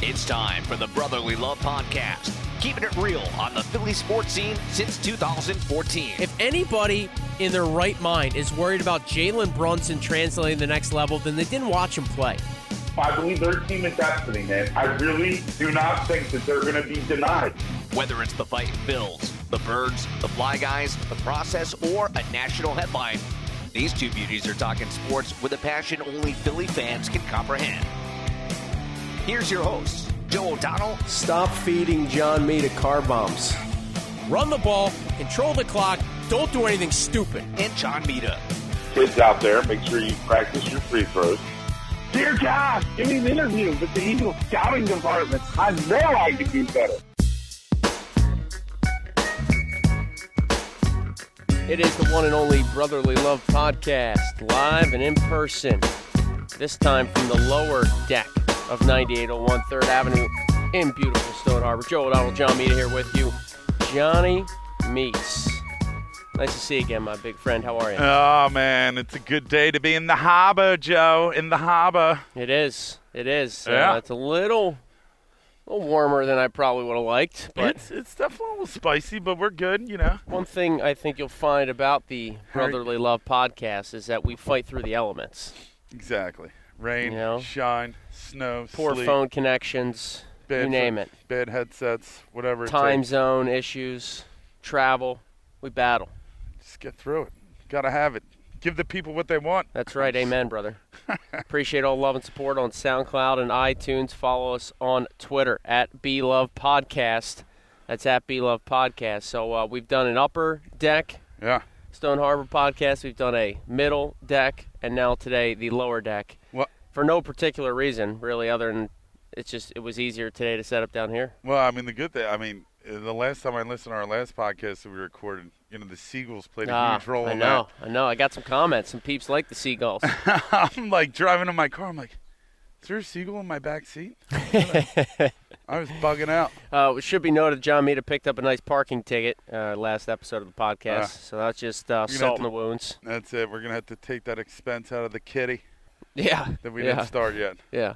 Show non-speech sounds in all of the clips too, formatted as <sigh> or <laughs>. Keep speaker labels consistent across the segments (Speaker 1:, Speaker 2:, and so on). Speaker 1: It's time for the Brotherly Love Podcast, keeping it real on the Philly sports scene since 2014.
Speaker 2: If anybody in their right mind is worried about Jalen Brunson translating to the next level, then they didn't watch him play.
Speaker 3: I believe their team is destiny, man. I really do not think that they're going to be denied.
Speaker 1: Whether it's the fight Bills, the Birds, the Fly Guys, the process, or a national headline, these two beauties are talking sports with a passion only Philly fans can comprehend. Here's your hosts, Joe O'Donnell
Speaker 4: Stop feeding John Meta car bombs.
Speaker 2: Run the ball, control the clock, don't do anything stupid.
Speaker 1: and John Mita.
Speaker 3: Kids out there, make sure you practice your free throws. Dear God, give me an interview with the Eagle scouting department. I know I can do better.
Speaker 4: It is the one and only Brotherly Love podcast, live and in person. This time from the lower deck of 9801 3rd Avenue in beautiful Stone Harbor. Joe O'Donnell, John Mita here with you. Johnny Meese. Nice to see you again, my big friend. How are you?
Speaker 5: Oh man, it's a good day to be in the harbor, Joe. In the harbor.
Speaker 4: It is. It is. Uh,
Speaker 5: Yeah.
Speaker 4: it's a little, a little warmer than I probably would have liked, but
Speaker 5: It's it's definitely a little spicy, but we're good, you know.
Speaker 4: One thing I think you'll find about the Brotherly Love podcast is that we fight through the elements.
Speaker 5: Exactly. Rain,
Speaker 4: You know?
Speaker 5: shine, snow,
Speaker 4: Poor
Speaker 5: sleet,
Speaker 4: phone connections,
Speaker 5: bad
Speaker 4: you name
Speaker 5: pho-
Speaker 4: it.
Speaker 5: Bad headsets, whatever. it
Speaker 4: Time zone issues, travel. We battle.
Speaker 5: takes. Just get through it. Gotta have it. Give the people what they want.
Speaker 4: That's right. Amen,
Speaker 5: <laughs>
Speaker 4: brother. Appreciate all love and support on SoundCloud and iTunes. Follow us on Twitter at Love Podcast. That's at Love Podcast. So uh, we've done an upper deck
Speaker 5: Yeah.
Speaker 4: Stone Harbor podcast. We've done a middle deck, and now today the lower deck.
Speaker 5: Well,
Speaker 4: for no particular reason, really, other than it's just it was easier today to set up down here.
Speaker 5: well, I mean the good thing. I mean uh, the last time I listened to our last podcast that we recorded, you know, the seagulls played a
Speaker 4: Ah,
Speaker 5: huge role
Speaker 4: I
Speaker 5: in
Speaker 4: know, I know. I got some comments. Some peeps like the
Speaker 5: <laughs>
Speaker 4: seagulls.
Speaker 5: that. <laughs> I'm like driving in my car. I'm like, is there a seagull in my back <laughs> seat? I was bugging out.
Speaker 4: uh, it should be noted, John Mita picked up a nice parking ticket uh, last episode of the podcast,
Speaker 5: Ah.
Speaker 4: so that's just uh,
Speaker 5: have
Speaker 4: salt in the
Speaker 5: to-
Speaker 4: wounds.
Speaker 5: That's it. We're gonna have to take that expense out of the kitty
Speaker 4: Yeah,
Speaker 5: <laughs> that we
Speaker 4: yeah,
Speaker 5: didn't start yet.
Speaker 4: yeah.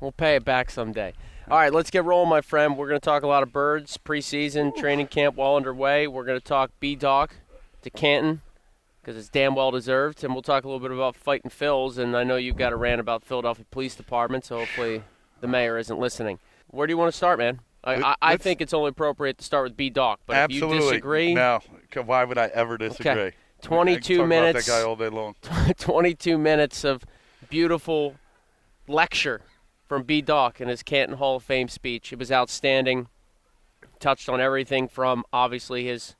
Speaker 4: we'll pay it back someday. All right, let's get rolling, my friend. We're going to talk a lot of birds, preseason, training camp well underway. We're going to talk B Doc to Canton. because it's damn well deserved. And we'll talk a little bit about fighting Phils. And I know you've got a rant about Philadelphia Police Department, so hopefully the mayor isn't listening. Where do you want to start, man? I, I, I
Speaker 5: Let's-
Speaker 4: think it's only appropriate to start with B Doc, but
Speaker 5: Absolutely.
Speaker 4: if you disagree,
Speaker 5: No. C- Why would I ever disagree? I can
Speaker 4: 22
Speaker 5: talk
Speaker 4: minutes.
Speaker 5: About that guy all day long.
Speaker 4: <laughs> 22 minutes of beautiful lecture from B Doc in his Canton Hall of Fame speech. It was outstanding. Touched on everything from obviously his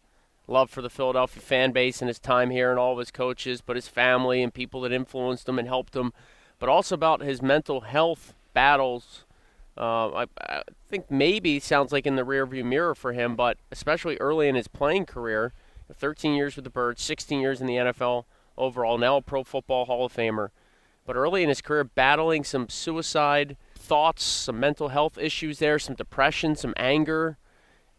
Speaker 4: love for the Philadelphia fan base and his time here and all of his coaches, but his family and people that influenced him and helped him, but also about his mental health battles. Um, I, I think maybe sounds like in the rearview mirror for him, but especially early in his playing career, 13 years with the Birds, 16 years in the NFL overall, now a Pro Football Hall of Famer. But early in his career, battling some suicide thoughts, some mental health issues there, some depression, some anger.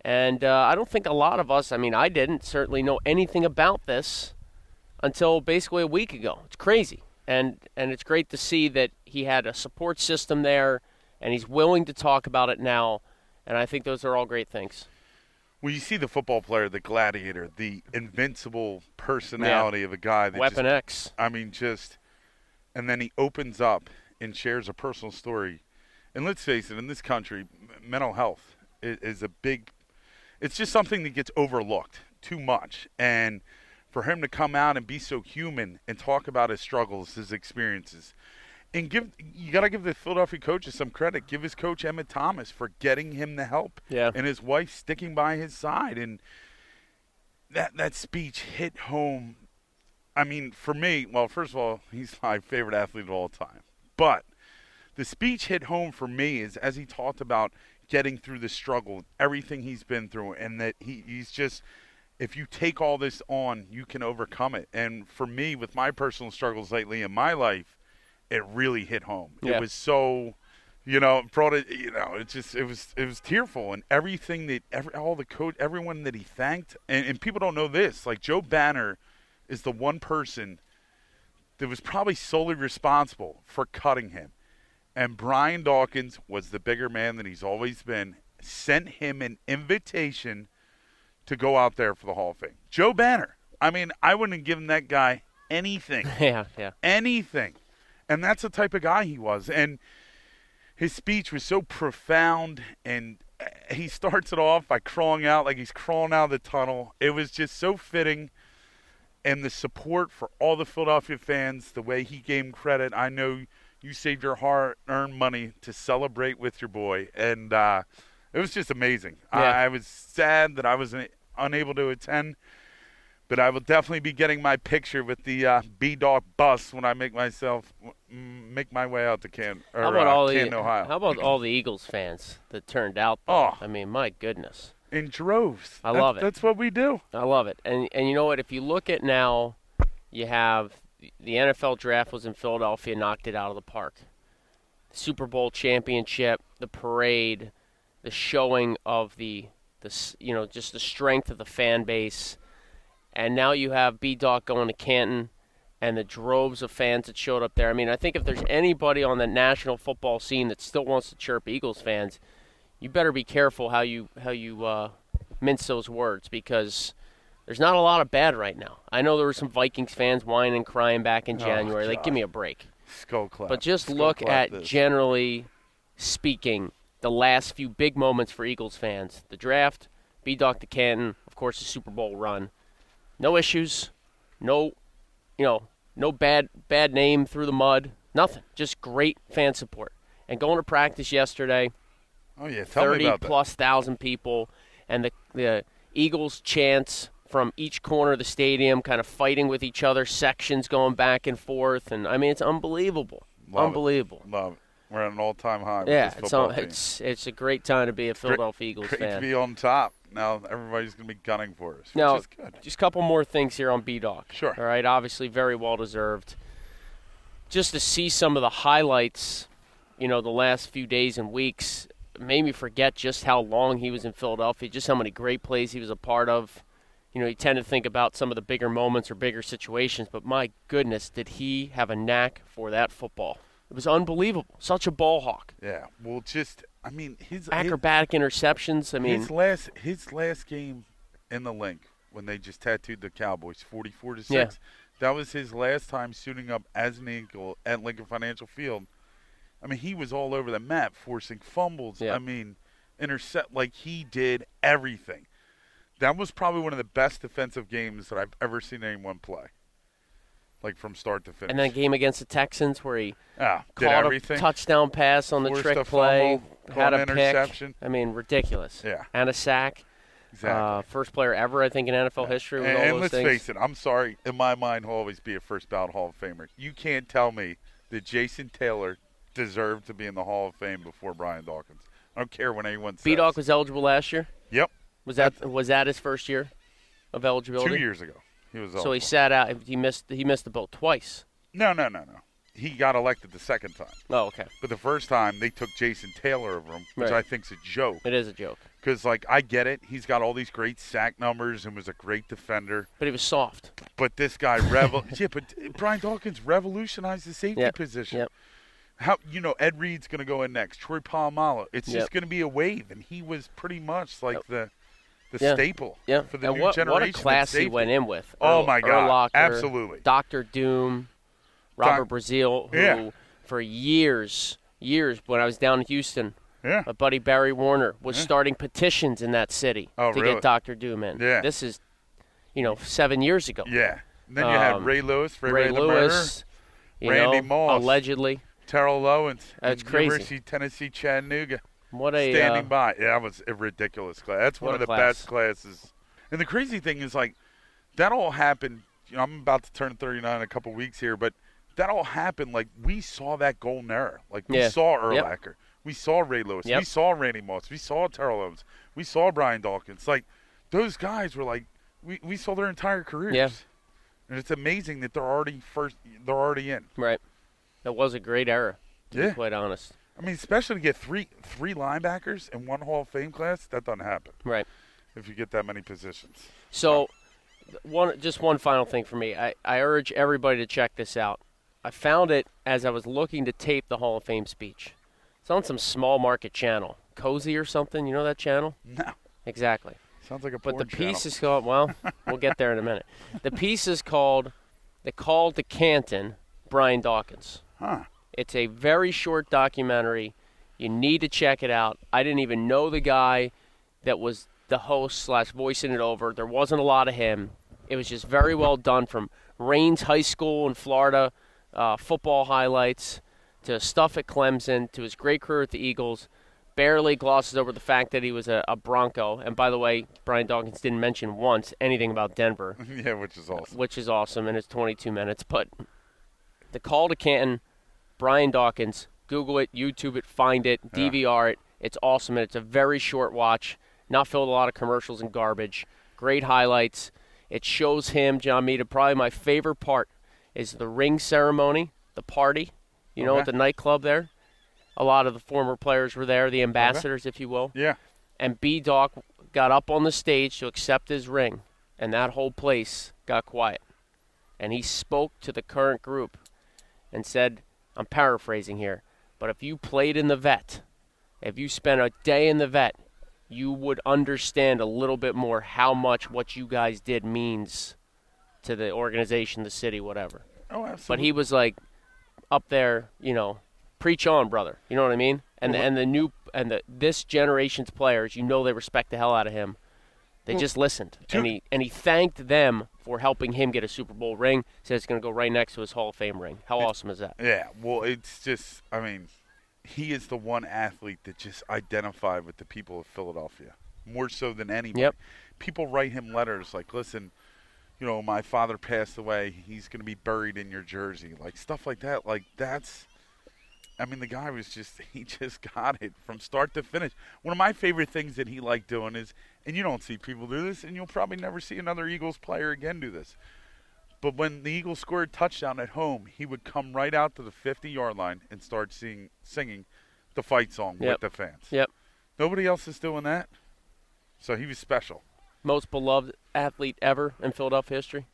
Speaker 4: And uh, I don't think a lot of us, I mean, I didn't certainly know anything about this until basically a week ago. It's crazy. And, and it's great to see that he had a support system there and he's willing to talk about it now. And I think those are all great things.
Speaker 5: Well, you see the football player, the gladiator, the invincible personality of a guy that
Speaker 4: Weapon
Speaker 5: just,
Speaker 4: X. <laughs>
Speaker 5: I mean, just, and then he opens up and shares a personal story. And let's face it, in this country, m- mental health is, is a big. It's just something that gets overlooked too much, and for him to come out and be so human and talk about his struggles, his experiences, and give you got to give the Philadelphia coaches some credit. Give his coach Emmett Thomas for getting him the help,
Speaker 4: Yeah.
Speaker 5: and his wife sticking by his side, and that that speech hit home. I mean, for me, well, first of all, he's my favorite athlete of all time. But the speech hit home for me is as he talked about getting through the struggle, everything he's been through, and that he, he's just if you take all this on, you can overcome it. And for me, with my personal struggles lately in my life, it really hit home.
Speaker 4: Yeah.
Speaker 5: It was so, you know, it brought it. You know, it just it was it was tearful and everything that every all the coach, everyone that he thanked, and, and people don't know this. Like Joe Banner is the one person that was probably solely responsible for cutting him and Brian Dawkins was the bigger man than he's always been, sent him an invitation to go out there for the Hall of Fame. Joe Banner. I mean, I wouldn't have given that guy anything,
Speaker 4: Yeah, yeah.
Speaker 5: anything. And that's the type of guy he was. And his speech was so profound and uh, he starts it off by crawling out like he's crawling out of the tunnel. It was just so fitting and the support for all the Philadelphia fans, the way he gave 'em credit. I know you saved your hard earned money to celebrate with your boy. And uh, it was just amazing.
Speaker 4: Yeah.
Speaker 5: I, I was sad that I was un- unable to attend, but I will definitely be getting my picture with the uh, B Dog bus when I make myself m- make my way out to Can or
Speaker 4: How about
Speaker 5: uh,
Speaker 4: all
Speaker 5: Canton,
Speaker 4: the
Speaker 5: Ohio.
Speaker 4: How about all the Eagles fans that turned out?
Speaker 5: Oh.
Speaker 4: I mean, my goodness.
Speaker 5: in droves.
Speaker 4: I
Speaker 5: That-
Speaker 4: love it.
Speaker 5: That's what we do.
Speaker 4: I love it. And and you know what? If you look at now, you have the NFL draft was in Philadelphia, knocked it out of the park. Super Bowl championship, the parade, the showing of the the s- you know just the strength of the fan base, and now you have B Doc going to Canton. And the droves of fans that showed up there. I mean, I think if there's anybody on the national football scene that still wants to chirp Eagles fans, you better be careful how you how you uh, mince those words because there's not a lot of bad right now. I know there were some Vikings fans whining and crying back in January. like, give me a break.
Speaker 5: Skull clap.
Speaker 4: But just
Speaker 5: Skull
Speaker 4: look
Speaker 5: clap
Speaker 4: at
Speaker 5: this.
Speaker 4: generally speaking the last few big moments for Eagles fans: the draft, B. Doc to Canton, of course, the Super Bowl run. No issues, no, you know, no bad bad name through the mud. Nothing. Just great fan support. And going to practice yesterday,
Speaker 5: oh yeah, tell me
Speaker 4: thirty
Speaker 5: about
Speaker 4: plus thousand people, and the the Eagles chants from each corner of the stadium, kind of fighting with each other, sections going back and forth, and I mean it's unbelievable,
Speaker 5: Love it.
Speaker 4: unbelievable.
Speaker 5: that. Love it. We're at an all-time high. with
Speaker 4: Yeah,
Speaker 5: this
Speaker 4: it's,
Speaker 5: football
Speaker 4: on-
Speaker 5: team.
Speaker 4: it's it's a great time to be a Philadelphia Eagles
Speaker 5: great to
Speaker 4: fan.
Speaker 5: be on top. Now everybody's going to be gunning for us, which
Speaker 4: Now,
Speaker 5: is good.
Speaker 4: just a couple more things here on B Doc.
Speaker 5: Sure.
Speaker 4: All right, obviously very well deserved. Just to see some of the highlights, you know, the last few days and weeks made me forget just how long he was in Philadelphia, just how many great plays he was a part of. You know, you tend to think about some of the bigger moments or bigger situations, but my goodness, did he have a knack for that football? It was unbelievable. Such a ball hawk.
Speaker 5: Yeah. Well, just I mean his his,
Speaker 4: Acrobatic interceptions. I mean,
Speaker 5: his last his last game in the link when they just tattooed the Cowboys forty four to six.
Speaker 4: Yeah.
Speaker 5: That was his last time suiting up as an Eagle at Lincoln Financial Field. I mean, he was all over the map, forcing fumbles.
Speaker 4: Yeah.
Speaker 5: I mean, intercept like he did everything. That was probably one of the best defensive games that I've ever seen anyone play. Like from start to finish.
Speaker 4: and that game against the Texans where he
Speaker 5: ah, did
Speaker 4: caught
Speaker 5: everything.
Speaker 4: a touchdown pass on the
Speaker 5: Forced a
Speaker 4: trick play,
Speaker 5: fumble,
Speaker 4: had
Speaker 5: caught an
Speaker 4: a
Speaker 5: interception.
Speaker 4: pick. I mean, ridiculous.
Speaker 5: Yeah.
Speaker 4: and a sack.
Speaker 5: exactly.
Speaker 4: Uh, first player ever, I think, in NFL history with
Speaker 5: and,
Speaker 4: all
Speaker 5: and
Speaker 4: those
Speaker 5: let's
Speaker 4: things.
Speaker 5: face it, I'm sorry. In my mind, he'll always be a first ballot Hall of Famer. You can't tell me that Jason Taylor deserved to be in the Hall of Fame before Brian Dawkins. I don't care when anyone says.
Speaker 4: B Dog was eligible last year.
Speaker 5: Yep,
Speaker 4: Was that was that his first year of eligibility?
Speaker 5: two years ago. He was.
Speaker 4: So
Speaker 5: eligible.
Speaker 4: he sat out. He missed. He missed the boat twice.
Speaker 5: no, no, no, no. He got elected the second time,
Speaker 4: Oh, okay.
Speaker 5: but the first time they took Jason Taylor over him, which
Speaker 4: Right.
Speaker 5: I think's a joke.
Speaker 4: It is a joke,
Speaker 5: Because like I get it, he's got all these great sack numbers and was a great defender.
Speaker 4: but he was soft.
Speaker 5: But this guy <laughs> revol yeah, but Brian Dawkins revolutionized the safety
Speaker 4: Yep,
Speaker 5: position.
Speaker 4: yep.
Speaker 5: How you know Ed Reed's going to go in next? Troy Polamalu. It's
Speaker 4: Yep.
Speaker 5: just going to be a wave, and he was pretty much like the the
Speaker 4: Yeah.
Speaker 5: staple
Speaker 4: Yeah.
Speaker 5: for the
Speaker 4: and
Speaker 5: new
Speaker 4: what,
Speaker 5: generation.
Speaker 4: what a
Speaker 5: of
Speaker 4: class he
Speaker 5: safety.
Speaker 4: went in with.
Speaker 5: Oh,
Speaker 4: Erl-
Speaker 5: my God.
Speaker 4: Erlacher,
Speaker 5: Absolutely.
Speaker 4: Doctor Doom, Robert
Speaker 5: Doc-
Speaker 4: Brazil, who
Speaker 5: Yeah.
Speaker 4: for years, years when I was down in Uh, Houston,
Speaker 5: Yeah.
Speaker 4: my buddy Barry Warner was starting petitions in that city
Speaker 5: Oh,
Speaker 4: to
Speaker 5: really?
Speaker 4: get Doctor Doom in.
Speaker 5: Yeah.
Speaker 4: This is, you know, seven years ago.
Speaker 5: Yeah. And then you had
Speaker 4: Um,
Speaker 5: Ray Lewis, Ray,
Speaker 4: Ray
Speaker 5: Ray the
Speaker 4: Lewis, you
Speaker 5: Randy
Speaker 4: know,
Speaker 5: Moss.
Speaker 4: allegedly.
Speaker 5: Murderer, Terrell Owens,
Speaker 4: That's
Speaker 5: and
Speaker 4: crazy.
Speaker 5: University of Tennessee Chattanooga.
Speaker 4: What a
Speaker 5: standing
Speaker 4: uh,
Speaker 5: by. Yeah, that was a ridiculous class. That's one
Speaker 4: What a
Speaker 5: of the
Speaker 4: class.
Speaker 5: best classes. And the crazy thing is, like, that all happened. You know, I'm about to turn 39 in a couple weeks here, but that all happened. Like, we saw that golden era. Like, we
Speaker 4: Yeah.
Speaker 5: saw
Speaker 4: Yep.
Speaker 5: Erlacher. We saw Ray Lewis. We
Speaker 4: Yep.
Speaker 5: saw Randy Moss. We saw Terrell Owens. We saw Brian Dawkins. Like, those guys were like, we, we saw their entire careers. And it's amazing that they're already first. They're already in.
Speaker 4: right. That was a great era. To
Speaker 5: Yeah.
Speaker 4: be quite honest.
Speaker 5: I mean, especially to get three three linebackers in one Hall of Fame class. That doesn't happen.
Speaker 4: Right.
Speaker 5: if you get that many positions.
Speaker 4: So, one just one final thing for me. I, I urge everybody to check this out. I found it as I was looking to tape the Hall of Fame speech. It's on some small market channel, Cozy or something. You know that channel?
Speaker 5: No.
Speaker 4: Exactly.
Speaker 5: Sounds like a
Speaker 4: But
Speaker 5: porn
Speaker 4: the piece
Speaker 5: channel.
Speaker 4: is called, well, we'll get there in a minute. The piece is called The Call to Canton, Brian Dawkins.
Speaker 5: Huh.
Speaker 4: It's a very short documentary. You need to check it out. I didn't even know the guy that was the host slash voicing it over. There wasn't a lot of him. It was just very well done from Raines High School in Florida, uh, football highlights, to stuff at Clemson, to his great career at the Eagles. Barely glosses over the fact that he was a, a Bronco. And by the way, Brian Dawkins didn't mention once anything about Denver
Speaker 5: <laughs> yeah, which is awesome.
Speaker 4: which is awesome, and it's 22 minutes. But the call to Canton, Brian Dawkins, Google it, YouTube it, find it, DVR it. It's awesome, and it's a very short watch, not filled with a lot of commercials and garbage. Great highlights. It shows him, John Mita. Probably my favorite part is the ring ceremony, the party, you know, at
Speaker 5: Okay.
Speaker 4: the nightclub there. A lot of the former players were there, the ambassadors, if you will
Speaker 5: Yeah.
Speaker 4: and B Doc got up on the stage to accept his ring, and that whole place got quiet. And he spoke to the current group and said, I'm paraphrasing here, but if you played in the vet, if you spent a day in the vet, you would understand a little bit more how much what you guys did means to the organization, the city, whatever.
Speaker 5: Oh,
Speaker 4: But
Speaker 5: absolutely.
Speaker 4: he was like up there, you know, preach on, brother. You know what I mean? And
Speaker 5: Mm-hmm.
Speaker 4: the, and the new and the this generation's players, you know, they respect the hell out of him. They
Speaker 5: Mm.
Speaker 4: just listened, and he and he thanked them for helping him get a Super Bowl ring. Said it's going to go right next to his Hall of Fame ring. How awesome is that?
Speaker 5: Yeah. Well, it's just. I mean, he is the one athlete that just identified with the people of Philadelphia more so than anybody.
Speaker 4: Yep.
Speaker 5: People write him letters like, "Listen, you know, my father passed away. He's going to be buried in your jersey." Like stuff like that. Like that's. I mean, the guy was just, <laughs> he just got it from start to finish. One of my favorite things that he liked doing is, and you don't see people do this, and you'll probably never see another Eagles player again do this. But when the Eagles scored a touchdown at home, he would come right out to the 50 yard line and start sing, singing the fight song
Speaker 4: Yep.
Speaker 5: with the fans.
Speaker 4: Yep,
Speaker 5: Nobody else is doing that. So he was special.
Speaker 4: most beloved athlete ever in Philadelphia history.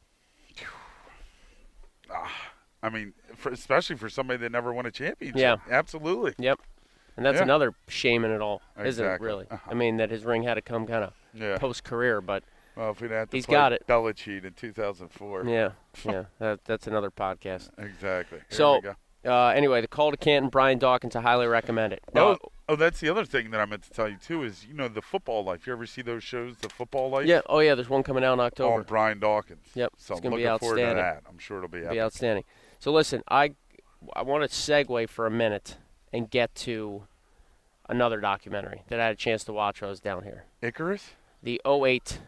Speaker 5: I mean, for, especially for somebody that never won a championship.
Speaker 4: Yeah.
Speaker 5: Absolutely.
Speaker 4: Yep, and that's
Speaker 5: Yeah.
Speaker 4: another shame in it all, isn't it?
Speaker 5: Exactly.
Speaker 4: Really,
Speaker 5: Uh-huh.
Speaker 4: I mean that his ring had to come kind of
Speaker 5: Yeah.
Speaker 4: post career, but
Speaker 5: Well, if we'd had to
Speaker 4: He's
Speaker 5: play
Speaker 4: got it.
Speaker 5: Belichick in 2004.
Speaker 4: yeah, yeah, that, that's another podcast.
Speaker 5: Exactly. Here we
Speaker 4: So,
Speaker 5: go.
Speaker 4: uh, anyway, the call to Canton, Brian Dawkins, I highly recommend it. No,
Speaker 5: oh, oh, that's the other thing that I meant to tell you too is you know the football life. You ever see those shows, the football life?
Speaker 4: yeah, oh yeah, there's one coming out in October.
Speaker 5: On Brian Dawkins.
Speaker 4: Yep,
Speaker 5: So
Speaker 4: it's
Speaker 5: I'm
Speaker 4: gonna be
Speaker 5: looking forward to
Speaker 4: outstanding.
Speaker 5: that. I'm sure it'll be.
Speaker 4: It'll be
Speaker 5: epic.
Speaker 4: outstanding. So listen, I I want to segue for a minute and get to another documentary that I had a chance to watch while I was down here.
Speaker 5: Icarus.
Speaker 4: The 08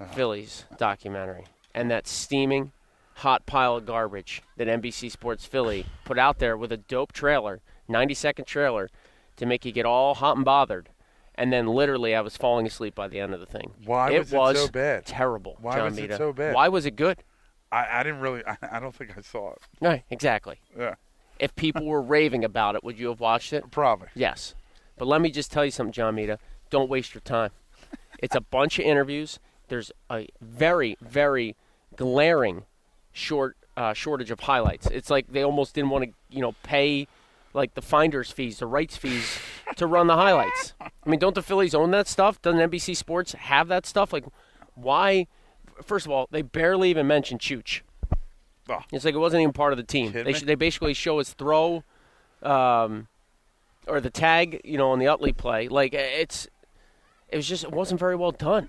Speaker 5: Uh-huh.
Speaker 4: Phillies documentary and that steaming hot pile of garbage that NBC Sports Philly put out there with a dope trailer, 90 second trailer to make you get all hot and bothered. And then literally, I was falling asleep by the end of the thing.
Speaker 5: Why
Speaker 4: it
Speaker 5: was it so bad?
Speaker 4: Terrible.
Speaker 5: Why
Speaker 4: John
Speaker 5: was it
Speaker 4: Mita.
Speaker 5: so bad?
Speaker 4: Why was it good?
Speaker 5: I, I didn't really. <laughs> I, I don't think I saw it.
Speaker 4: Right, exactly.
Speaker 5: Yeah,
Speaker 4: If people were raving about it, would you have watched it?
Speaker 5: probably.
Speaker 4: Yes. But let me just tell you something, John Mita. Don't waste your time. It's a bunch of interviews. There's a very, very glaring short uh, shortage of highlights. It's like they almost didn't want to, you know, pay like the finder's fees, the rights fees to run the highlights. I mean, don't the Phillies own that stuff? Doesn't NBC Sports have that stuff? Like, why? First of all, they barely even mentioned Chooch.
Speaker 5: Oh.
Speaker 4: It's like it wasn't even part of the team.
Speaker 5: Kidding
Speaker 4: They,
Speaker 5: me?
Speaker 4: sh- they basically show his throw, um, or the tag, you know, on the Utley play. Like it's, it was just it wasn't very well done.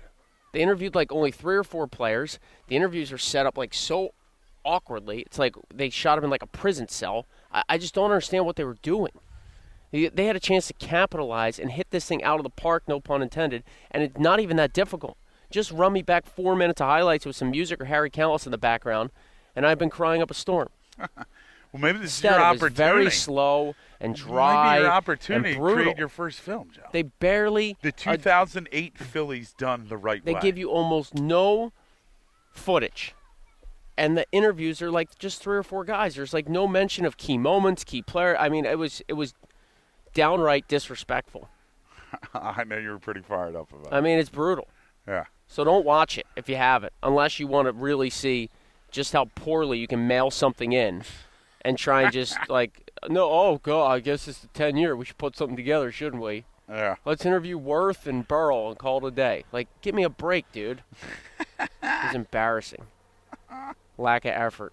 Speaker 4: They interviewed like only three or four players. The interviews are set up like so awkwardly. It's like they shot him in like a prison cell. I, I just don't understand what they were doing. They, they had a chance to capitalize and hit this thing out of the park, no pun intended, and it's not even that difficult. Just run me back four minutes of highlights with some music or Harry Callis in the background, and I've been crying up a storm.
Speaker 5: Well, maybe this is
Speaker 4: Instead,
Speaker 5: your
Speaker 4: it was
Speaker 5: opportunity.
Speaker 4: very slow and
Speaker 5: Might
Speaker 4: dry
Speaker 5: be your opportunity
Speaker 4: and
Speaker 5: to
Speaker 4: brutal.
Speaker 5: create your first film, Joe.
Speaker 4: they barely
Speaker 5: the
Speaker 4: ad-
Speaker 5: 2008 Phillies done the right
Speaker 4: They
Speaker 5: way.
Speaker 4: give you almost no footage. And the interviews are like just three or four guys. There's like no mention of key moments, key player. I mean, it was it was downright disrespectful.
Speaker 5: <laughs> I know you were pretty fired up about.
Speaker 4: I mean, it's brutal.
Speaker 5: it. Yeah.
Speaker 4: So don't watch it if you haven't, unless you want to really see just how poorly you can mail something in and try and just like no, oh god, I guess it's the ten year. We should put something together, shouldn't we?
Speaker 5: Yeah.
Speaker 4: Let's interview Worth and Burl and call it a day. Like, give me a break, dude. it's embarrassing. Lack of effort.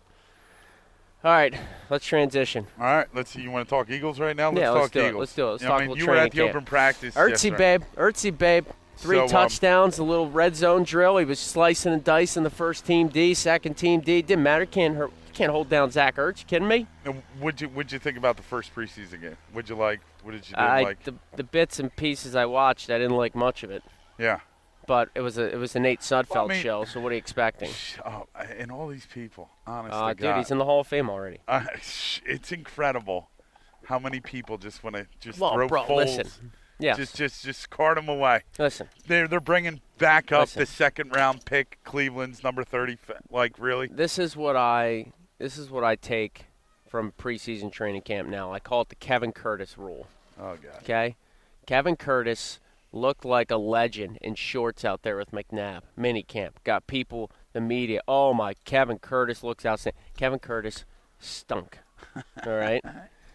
Speaker 4: All right, let's transition.
Speaker 5: All right. Let's see. You want to talk Eagles right now? Let's
Speaker 4: Yeah,
Speaker 5: talk
Speaker 4: let's do it,
Speaker 5: Eagles.
Speaker 4: let's do it, let's
Speaker 5: Yeah,
Speaker 4: talk
Speaker 5: I mean,
Speaker 4: about
Speaker 5: you were at
Speaker 4: training
Speaker 5: the
Speaker 4: camp.
Speaker 5: open practice.
Speaker 4: Ertzy,
Speaker 5: yesterday.
Speaker 4: babe. Ertzy, babe. Three
Speaker 5: So, um,
Speaker 4: touchdowns, a little red zone drill. He was slicing and dicing the first team D, second team D. Didn't matter. Can't hurt. Can't hold down Zach Ertz. You kidding me?
Speaker 5: And what'd you What'd you think about the first preseason game? What'd you like? What did you didn't
Speaker 4: I,
Speaker 5: like?
Speaker 4: the, the bits and pieces I watched, I didn't like much of it.
Speaker 5: yeah.
Speaker 4: But it was a it was a Nate Sudfeld
Speaker 5: Well, I mean-
Speaker 4: show. So what are you expecting?
Speaker 5: Oh, and all these people, honestly,
Speaker 4: Uh, dude, he's in the Hall of Fame already.
Speaker 5: Uh, sh- it's incredible how many people just want to just
Speaker 4: Well,
Speaker 5: throw
Speaker 4: bro,
Speaker 5: folds,
Speaker 4: listen. Yeah,
Speaker 5: just just just cart them away.
Speaker 4: listen.
Speaker 5: They're they're bringing back up
Speaker 4: Listen.
Speaker 5: the second round pick, Cleveland's number thirty. fa- Like really,
Speaker 4: This is what I this is what I take from preseason training camp. Now I call it the Kevin Curtis rule.
Speaker 5: oh god,
Speaker 4: Okay. Kevin Curtis looked like a legend in shorts out there with McNabb. Minicamp. Got people, the media. Oh my, Kevin Curtis looks outstanding. Kevin Curtis stunk. All right.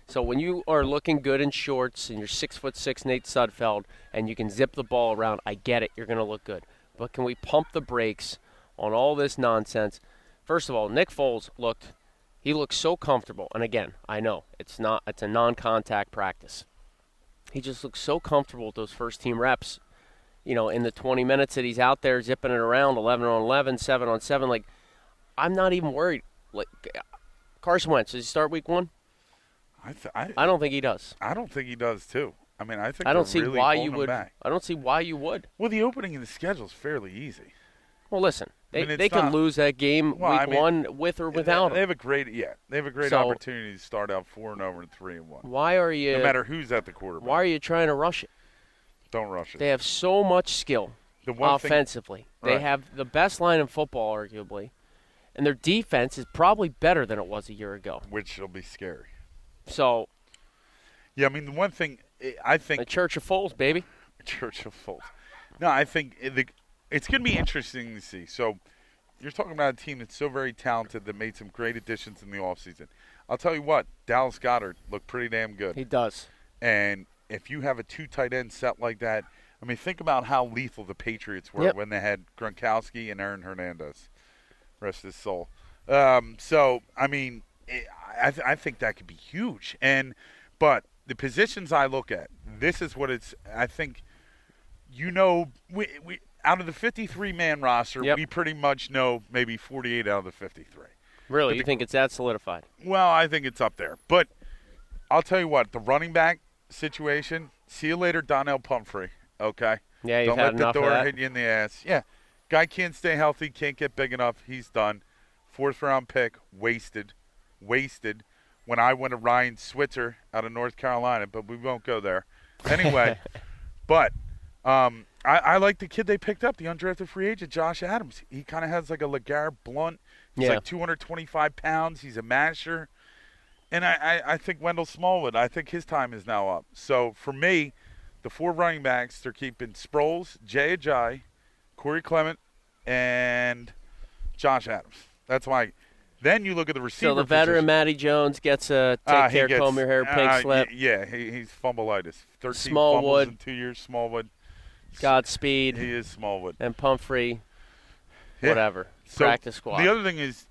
Speaker 4: So when you are looking good in shorts and you're six foot six Nate Sudfeld and you can zip the ball around, I get it, you're gonna look good. But can we pump the brakes on all this nonsense? First of all, Nick Foles looked he looked so comfortable and again, I know it's not it's a non contact practice he just looks so comfortable with those first team reps. You know, in the 20 minutes that he's out there zipping it around, 11 on 11, 7 on 7, like I'm not even worried. Like Carson Wentz, does he start week 1?
Speaker 5: I, th- I
Speaker 4: I don't think he does.
Speaker 5: I don't think he does too. I mean, I think
Speaker 4: I don't
Speaker 5: they're
Speaker 4: see
Speaker 5: really
Speaker 4: why
Speaker 5: holding
Speaker 4: you
Speaker 5: him
Speaker 4: would
Speaker 5: Back.
Speaker 4: I don't see why you would.
Speaker 5: Well, the opening of the schedule is fairly easy.
Speaker 4: Well, listen. They
Speaker 5: mean, it's
Speaker 4: they could
Speaker 5: not-
Speaker 4: lose that game
Speaker 5: Well,
Speaker 4: week
Speaker 5: I mean,
Speaker 4: 1 with or
Speaker 5: They-
Speaker 4: without
Speaker 5: they
Speaker 4: him.
Speaker 5: have a great yeah, they have a great
Speaker 4: So-
Speaker 5: opportunity to start out four and over and three and one.
Speaker 4: Why are you
Speaker 5: No matter who's at the quarterback,
Speaker 4: why are you trying to rush it?
Speaker 5: don't rush it.
Speaker 4: They have so much skill.
Speaker 5: the one thing
Speaker 4: offensively. They
Speaker 5: Right.
Speaker 4: have the best line in football, arguably, and their defense is probably better than it was a year ago.
Speaker 5: which will be scary.
Speaker 4: So
Speaker 5: Yeah, I mean the one thing I- I think
Speaker 4: the Church of Foles, baby.
Speaker 5: Churchill Foles. No, I think it- the, it's going to be interesting to see. So you're talking about a team that's so very talented that made some great additions in the offseason. I'll tell you what, Dallas Goddard looked pretty damn good.
Speaker 4: He does.
Speaker 5: and if you have a two tight end set like that, I mean, think about how lethal the Patriots were
Speaker 4: Yep.
Speaker 5: when they had Gronkowski and Aaron Hernandez. Rest his soul. Um, so, I mean, it, I, th- I think that could be huge. And but the positions I look at, this is what it's. I think you know, we, we out of the 53 man roster,
Speaker 4: Yep.
Speaker 5: we pretty much know maybe 48 out of the 53.
Speaker 4: Really, you think it's that solidified?
Speaker 5: Well, I think it's up there. But I'll tell you what, the running back situation, see you later, Donnell Pumphrey. Okay.
Speaker 4: Yeah, you've
Speaker 5: Don't
Speaker 4: had
Speaker 5: let the
Speaker 4: enough of
Speaker 5: door
Speaker 4: that.
Speaker 5: hit you in the ass. Yeah. Guy can't stay healthy, can't get big enough, he's done. Fourth round pick, wasted. Wasted. When I went to Ryan Switzer out of North Carolina, but we won't go there.
Speaker 4: <laughs>
Speaker 5: Anyway, but um, I, I like the kid they picked up, the undrafted free agent, Josh Adams. He kind of has like a Lagarde Blunt. He's
Speaker 4: Yeah.
Speaker 5: like 225 pounds. He's a masher. And I, I, I think Wendell Smallwood, I think his time is now up. So for me, the four running backs, they're keeping Sproles, Jay Ajay, Corey Clement, and Josh Adams. That's why. Then you look at the receiver.
Speaker 4: So the veteran
Speaker 5: position.
Speaker 4: Matty Jones gets a take
Speaker 5: Ah, he
Speaker 4: care,
Speaker 5: gets-
Speaker 4: comb your hair, pink
Speaker 5: ah,
Speaker 4: slip,
Speaker 5: y- Yeah, he, he's fumbleitis. 13
Speaker 4: Smallwood.
Speaker 5: fumbles in two years. Smallwood.
Speaker 4: Godspeed,
Speaker 5: He is Smallwood.
Speaker 4: and Pumphrey,
Speaker 5: Yeah.
Speaker 4: whatever.
Speaker 5: So
Speaker 4: Practice squad.
Speaker 5: The other thing is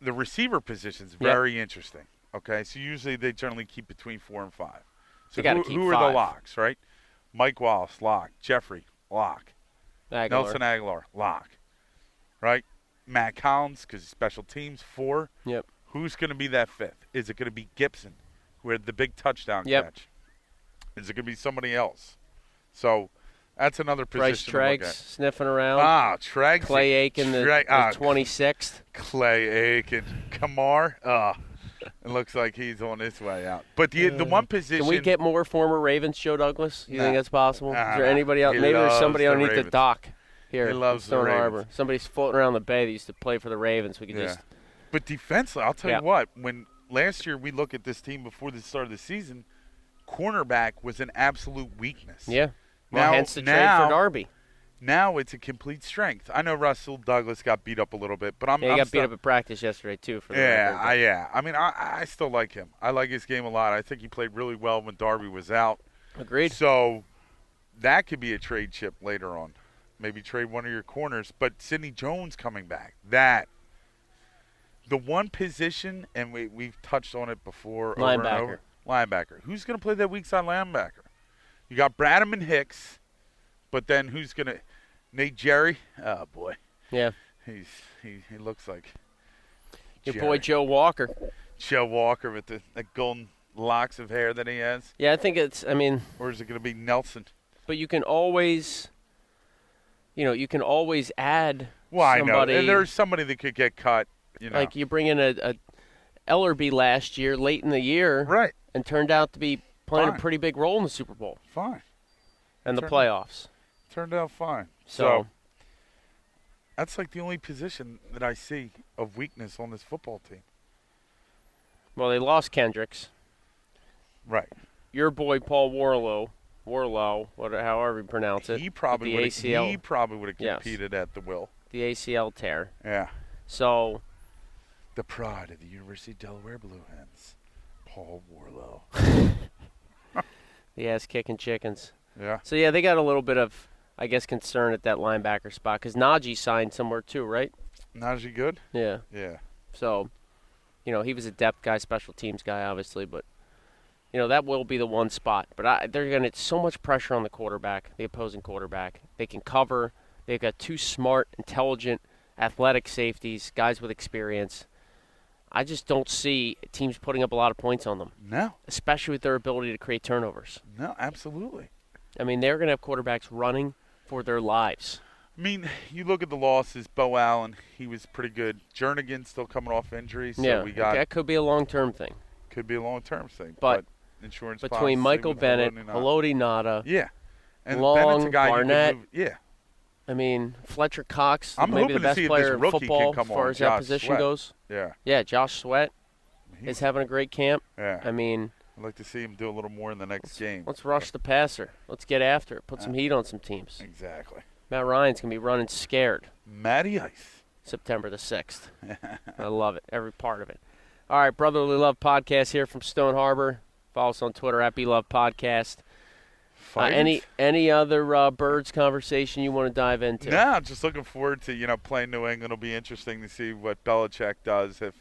Speaker 5: the receiver position is very interesting. Okay, so usually they generally keep between four and five. So
Speaker 4: They gotta
Speaker 5: who,
Speaker 4: keep
Speaker 5: who are
Speaker 4: five.
Speaker 5: the locks, right? Mike Wallace, lock. Jeffrey, lock.
Speaker 4: Aguilar.
Speaker 5: Nelson Aguilar, lock. Right? Matt Collins, because special teams, four.
Speaker 4: Yep.
Speaker 5: Who's going to be that fifth? Is it going to be Gibson, who had the big touchdown
Speaker 4: Yep.
Speaker 5: catch? Is it going to be somebody else? So that's another
Speaker 4: Bryce
Speaker 5: position. to look
Speaker 4: Treggs
Speaker 5: at.
Speaker 4: sniffing around.
Speaker 5: Ah, Treggs.
Speaker 4: Oh, Clay Aiken, the,
Speaker 5: Tre- ah,
Speaker 4: the 26th.
Speaker 5: Clay Aiken, Kamar. Uh, it looks like he's on his way out. But the the one position
Speaker 4: Uh, Can we get more former Ravens, Joe Douglas? You think
Speaker 5: Nah.
Speaker 4: that's possible?
Speaker 5: Nah,
Speaker 4: Is there
Speaker 5: nah.
Speaker 4: anybody out?
Speaker 5: He
Speaker 4: Maybe there's
Speaker 5: loves
Speaker 4: somebody
Speaker 5: the
Speaker 4: underneath the
Speaker 5: Ravens.
Speaker 4: dock here
Speaker 5: He
Speaker 4: in
Speaker 5: loves the
Speaker 4: Stone
Speaker 5: Ravens.
Speaker 4: Harbor. Somebody's floating around the bay that used to play for the Ravens. We could
Speaker 5: yeah.
Speaker 4: just
Speaker 5: But defensively, I'll tell
Speaker 4: Yeah.
Speaker 5: you what. When last year we look at this team before the start of the season, cornerback was an absolute weakness.
Speaker 4: yeah. Well,
Speaker 5: Now-
Speaker 4: hence the trade
Speaker 5: now-
Speaker 4: for Darby.
Speaker 5: Now it's a complete strength. I know Russell Douglas got beat up a little bit, but I'm,
Speaker 4: Yeah, he
Speaker 5: I'm
Speaker 4: got
Speaker 5: still-
Speaker 4: beat up at practice yesterday too. For the
Speaker 5: yeah,
Speaker 4: record,
Speaker 5: I, yeah. I mean, I, I still like him. I like his game a lot. I think he played really well when Darby was out.
Speaker 4: but- agreed.
Speaker 5: So that could be a trade chip later on. Maybe trade one of your corners. But Sidney Jones coming back. That. The one position, and we, we've touched on it before. Over and over, linebacker. Who's going to play that weak side linebacker? You got Bradham and Hicks, but then who's going to. Nate Jerry? Oh, boy.
Speaker 4: Yeah,
Speaker 5: He's He, he looks like
Speaker 4: your
Speaker 5: Jerry.
Speaker 4: boy Joe Walker.
Speaker 5: Joe Walker with the, the golden locks of hair that he has.
Speaker 4: Yeah, I think it's. I mean,
Speaker 5: Or is it going to be Nelson?
Speaker 4: but you can always, you know, you can always add
Speaker 5: Well,
Speaker 4: somebody.
Speaker 5: I know. And there's somebody that could get cut. You know.
Speaker 4: Like you bring in a, a Ellerby last year, late in the year,
Speaker 5: right.
Speaker 4: and turned out to be playing
Speaker 5: Fine.
Speaker 4: a pretty big role in the Super Bowl
Speaker 5: Fine.
Speaker 4: and the
Speaker 5: Sure.
Speaker 4: playoffs.
Speaker 5: Turned out fine.
Speaker 4: So,
Speaker 5: that's like the only position that I see of weakness on this football team.
Speaker 4: well, they lost Kendricks.
Speaker 5: Right.
Speaker 4: Your boy Paul Warlow, Warlow, whatever, however you pronounce it,
Speaker 5: He
Speaker 4: with
Speaker 5: probably
Speaker 4: the
Speaker 5: would have.
Speaker 4: ACL,
Speaker 5: He probably would have
Speaker 4: Yes.
Speaker 5: competed at the will.
Speaker 4: the ACL tear.
Speaker 5: Yeah.
Speaker 4: So
Speaker 5: The pride of the University of Delaware Blue Hens, Paul Warlow.
Speaker 4: the ass kicking chickens.
Speaker 5: yeah.
Speaker 4: So yeah, they got a little bit of, I guess, concern at that linebacker spot because Najee signed somewhere too, right?
Speaker 5: Najee good.
Speaker 4: Yeah.
Speaker 5: Yeah.
Speaker 4: So, you know, he was a depth guy, special teams guy, obviously, but you know that will be the one spot. But I, they're going to so much pressure on the quarterback, the opposing quarterback. They can cover. They've got two smart, intelligent, athletic safeties, guys with experience. I just don't see teams putting up a lot of points on them,
Speaker 5: No.
Speaker 4: especially with their ability to create turnovers.
Speaker 5: No. Absolutely.
Speaker 4: I mean, they're going to have quarterbacks running for their lives.
Speaker 5: I mean, you look at the losses. Bo Allen, he was pretty good. Jernigan still coming off injury, so
Speaker 4: yeah,
Speaker 5: we got
Speaker 4: that could be a long-term thing
Speaker 5: could be a long term thing.
Speaker 4: But
Speaker 5: insurance policy
Speaker 4: between Michael
Speaker 5: with
Speaker 4: Bennett,
Speaker 5: Haloti Nod-
Speaker 4: Haloti Nada.
Speaker 5: yeah, and
Speaker 4: Long,
Speaker 5: Bennett's a guy you could
Speaker 4: Barnett.
Speaker 5: move- yeah,
Speaker 4: I mean, Fletcher Cox,
Speaker 5: I'm
Speaker 4: maybe
Speaker 5: hoping
Speaker 4: the
Speaker 5: to
Speaker 4: best
Speaker 5: see if this
Speaker 4: player in
Speaker 5: rookie can
Speaker 4: football
Speaker 5: come
Speaker 4: as far
Speaker 5: on,
Speaker 4: as that
Speaker 5: Josh
Speaker 4: position
Speaker 5: Sweat.
Speaker 4: goes.
Speaker 5: yeah,
Speaker 4: Yeah, Josh Sweat
Speaker 5: He-
Speaker 4: is having a great camp.
Speaker 5: yeah.
Speaker 4: I mean,
Speaker 5: I'd like to see him do a little more in the next game.
Speaker 4: let's rush the passer. Let's get after it. Put some heat on some teams.
Speaker 5: Exactly.
Speaker 4: Matt Ryan's going to be running scared
Speaker 5: Matty Ice.
Speaker 4: Uh, September the
Speaker 5: <laughs>
Speaker 4: 6th. I love it, every part of it. All right, Brotherly Love Podcast here from Stone Harbor. Follow us on Twitter at Love Podcast. Uh,
Speaker 5: Fighters?
Speaker 4: any any other uh, birds conversation you want to dive into?
Speaker 5: No, just looking forward to you know playing New England. It'll be interesting to see what Belichick does if